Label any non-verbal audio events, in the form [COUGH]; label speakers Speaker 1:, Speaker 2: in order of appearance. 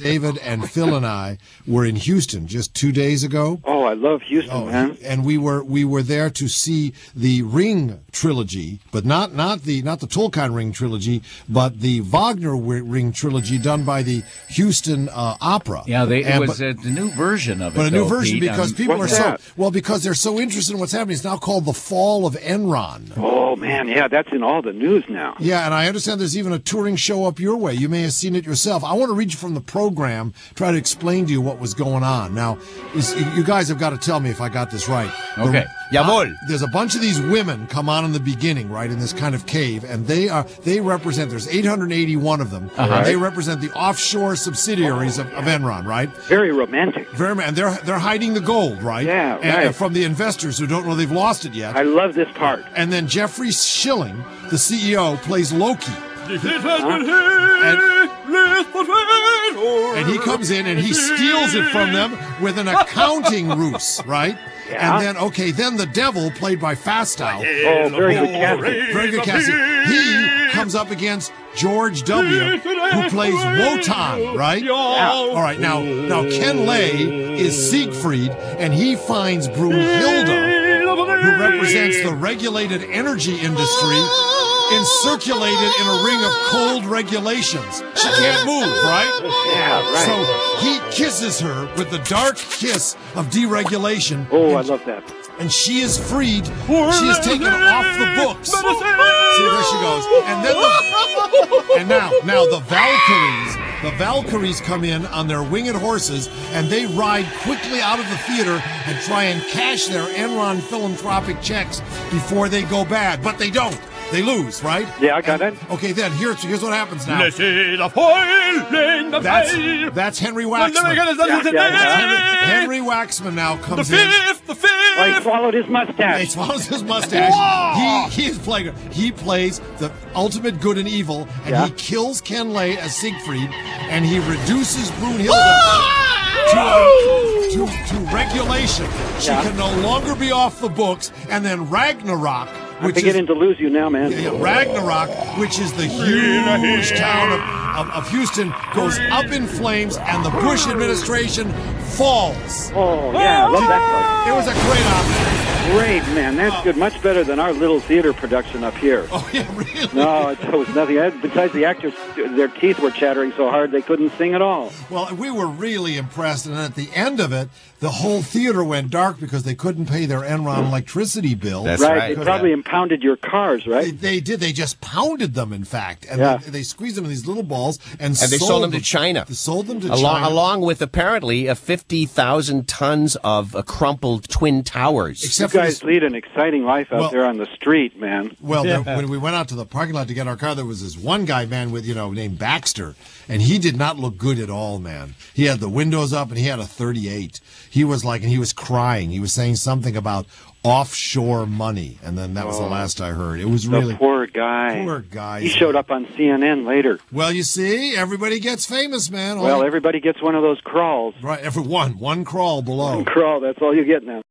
Speaker 1: David and Phil and I were in Houston just two days ago.
Speaker 2: Oh, I love Houston,
Speaker 1: Oh,
Speaker 2: man.
Speaker 1: and we were we were there to see the Ring trilogy, but not not the not the Tolkien Ring trilogy, but the Wagner wi- Ring trilogy done by the Houston uh, Opera.
Speaker 3: Yeah, they, it
Speaker 1: And-
Speaker 3: was
Speaker 1: but,
Speaker 3: a new version of it.
Speaker 1: but a new
Speaker 3: though,
Speaker 1: version
Speaker 3: Pete.
Speaker 1: because
Speaker 3: Um,
Speaker 1: people are
Speaker 2: What's
Speaker 1: so
Speaker 2: that?
Speaker 1: well because they're so interested in what's happening. It's now called the Fall of Enron.
Speaker 2: Oh, man, yeah, that's in all the news now.
Speaker 1: Yeah, and I understand there's even a touring show up your way. You may have seen it yourself. I want to read you from the program, try to explain to you what was going on. Now, is, you guys have got to tell me if I got this right. The- uh,
Speaker 3: Okay. Jawohl.
Speaker 1: there's a bunch of these women come on in the beginning, right, in this kind of cave, and they are they represent. There's 881 of them. and They represent the offshore subsidiaries of, of Enron, right?
Speaker 2: Very romantic.
Speaker 1: Very man, they're they're hiding the gold, right?
Speaker 2: Yeah,
Speaker 1: And- uh,
Speaker 2: right.
Speaker 1: From the investors who don't know they've lost it yet.
Speaker 2: I love this part.
Speaker 1: and then Jeffrey Schilling, the CEO, plays Loki. And he comes in and he steals it from them with an accounting ruse, right?
Speaker 2: Yeah.
Speaker 1: And then, okay, then the devil, played by Fastow,
Speaker 2: Oh, very good casting.
Speaker 1: very good casting, he comes up against George W., who plays Wotan, right? All right, now, now Ken Lay is Siegfried, and he finds Brunhilde, who represents the regulated energy industry, encirculated in a ring of cold regulations. She can't move, right?
Speaker 2: Yeah, right.
Speaker 1: So he kisses her with the dark kiss of deregulation,
Speaker 2: oh, I love that.
Speaker 1: and she is freed. She is taken off the books. See, there she goes. And then the, and now, now the Valkyries. The Valkyries come in on their winged horses and they ride quickly out of the theater and try and cash their Enron philanthropic checks before they go bad. But they don't. They lose, right?
Speaker 2: Yeah, I got it.
Speaker 1: Okay, then here's here's what happens now. That's
Speaker 4: That's
Speaker 1: that's Henry Waxman. Henry Waxman now comes in.
Speaker 4: the
Speaker 2: Well, he
Speaker 4: fifth.
Speaker 2: swallowed
Speaker 1: [LAUGHS]
Speaker 2: his
Speaker 1: He
Speaker 2: mustache.
Speaker 1: swallows his mustache. He, he is playing. He plays the ultimate good and evil, and
Speaker 2: Yeah.
Speaker 1: he kills Ken Lay as Siegfried, and he reduces Brunhilde to, a- to to regulation. She
Speaker 2: Yeah.
Speaker 1: can no longer be off the books. And then Ragnarok,
Speaker 2: I'm
Speaker 1: which
Speaker 2: beginning
Speaker 1: is
Speaker 2: to lose you now, man.
Speaker 1: yeah, Ragnarok, which is the huge town of, of, of Houston, goes up in flames, and the Bush administration falls.
Speaker 2: Oh, yeah, I love that
Speaker 1: It was a great option. [LAUGHS]
Speaker 2: part. Great, man. That's good. Much better than our little theater production up here.
Speaker 1: Oh yeah, really.
Speaker 2: No, it was nothing. I- Besides, the actors, their teeth were chattering so hard they couldn't sing at all.
Speaker 1: Well, we were really impressed, and at the end of it, the whole theater went dark because they couldn't pay their Enron electricity bill.
Speaker 3: That's
Speaker 2: right?
Speaker 3: right.
Speaker 2: They probably impounded your cars,
Speaker 1: They,
Speaker 2: right?
Speaker 1: they did. They just pounded them, in fact, and
Speaker 2: Yeah.
Speaker 1: they, they squeezed them in these little balls, and,
Speaker 5: And they sold them to China.
Speaker 1: They sold them to
Speaker 5: along,
Speaker 1: China.
Speaker 5: along with apparently uh, 50,000 tons of uh, crumpled twin towers.
Speaker 2: You
Speaker 1: Except for
Speaker 2: guys
Speaker 1: this,
Speaker 2: lead an exciting life out
Speaker 1: Well-
Speaker 2: there on the street, man.
Speaker 1: well, there- when we went out to the parking lot to get our car, there was this one guy, man, with you know, named Baxter, and he did not look good at all, man. He had the windows up, and he had a 38. He was like, and he was crying. He was saying something about offshore money, and then that was the last I heard. It was
Speaker 2: Oh. The
Speaker 1: really
Speaker 2: poor guy.
Speaker 1: Poor guy.
Speaker 2: He showed up on CNN later.
Speaker 1: Well, you see, everybody gets famous, man.
Speaker 2: Well,
Speaker 1: All-
Speaker 2: everybody gets one of those crawls.
Speaker 1: right, every one, one crawl below.
Speaker 2: [LAUGHS] Crawl, that's all you get now.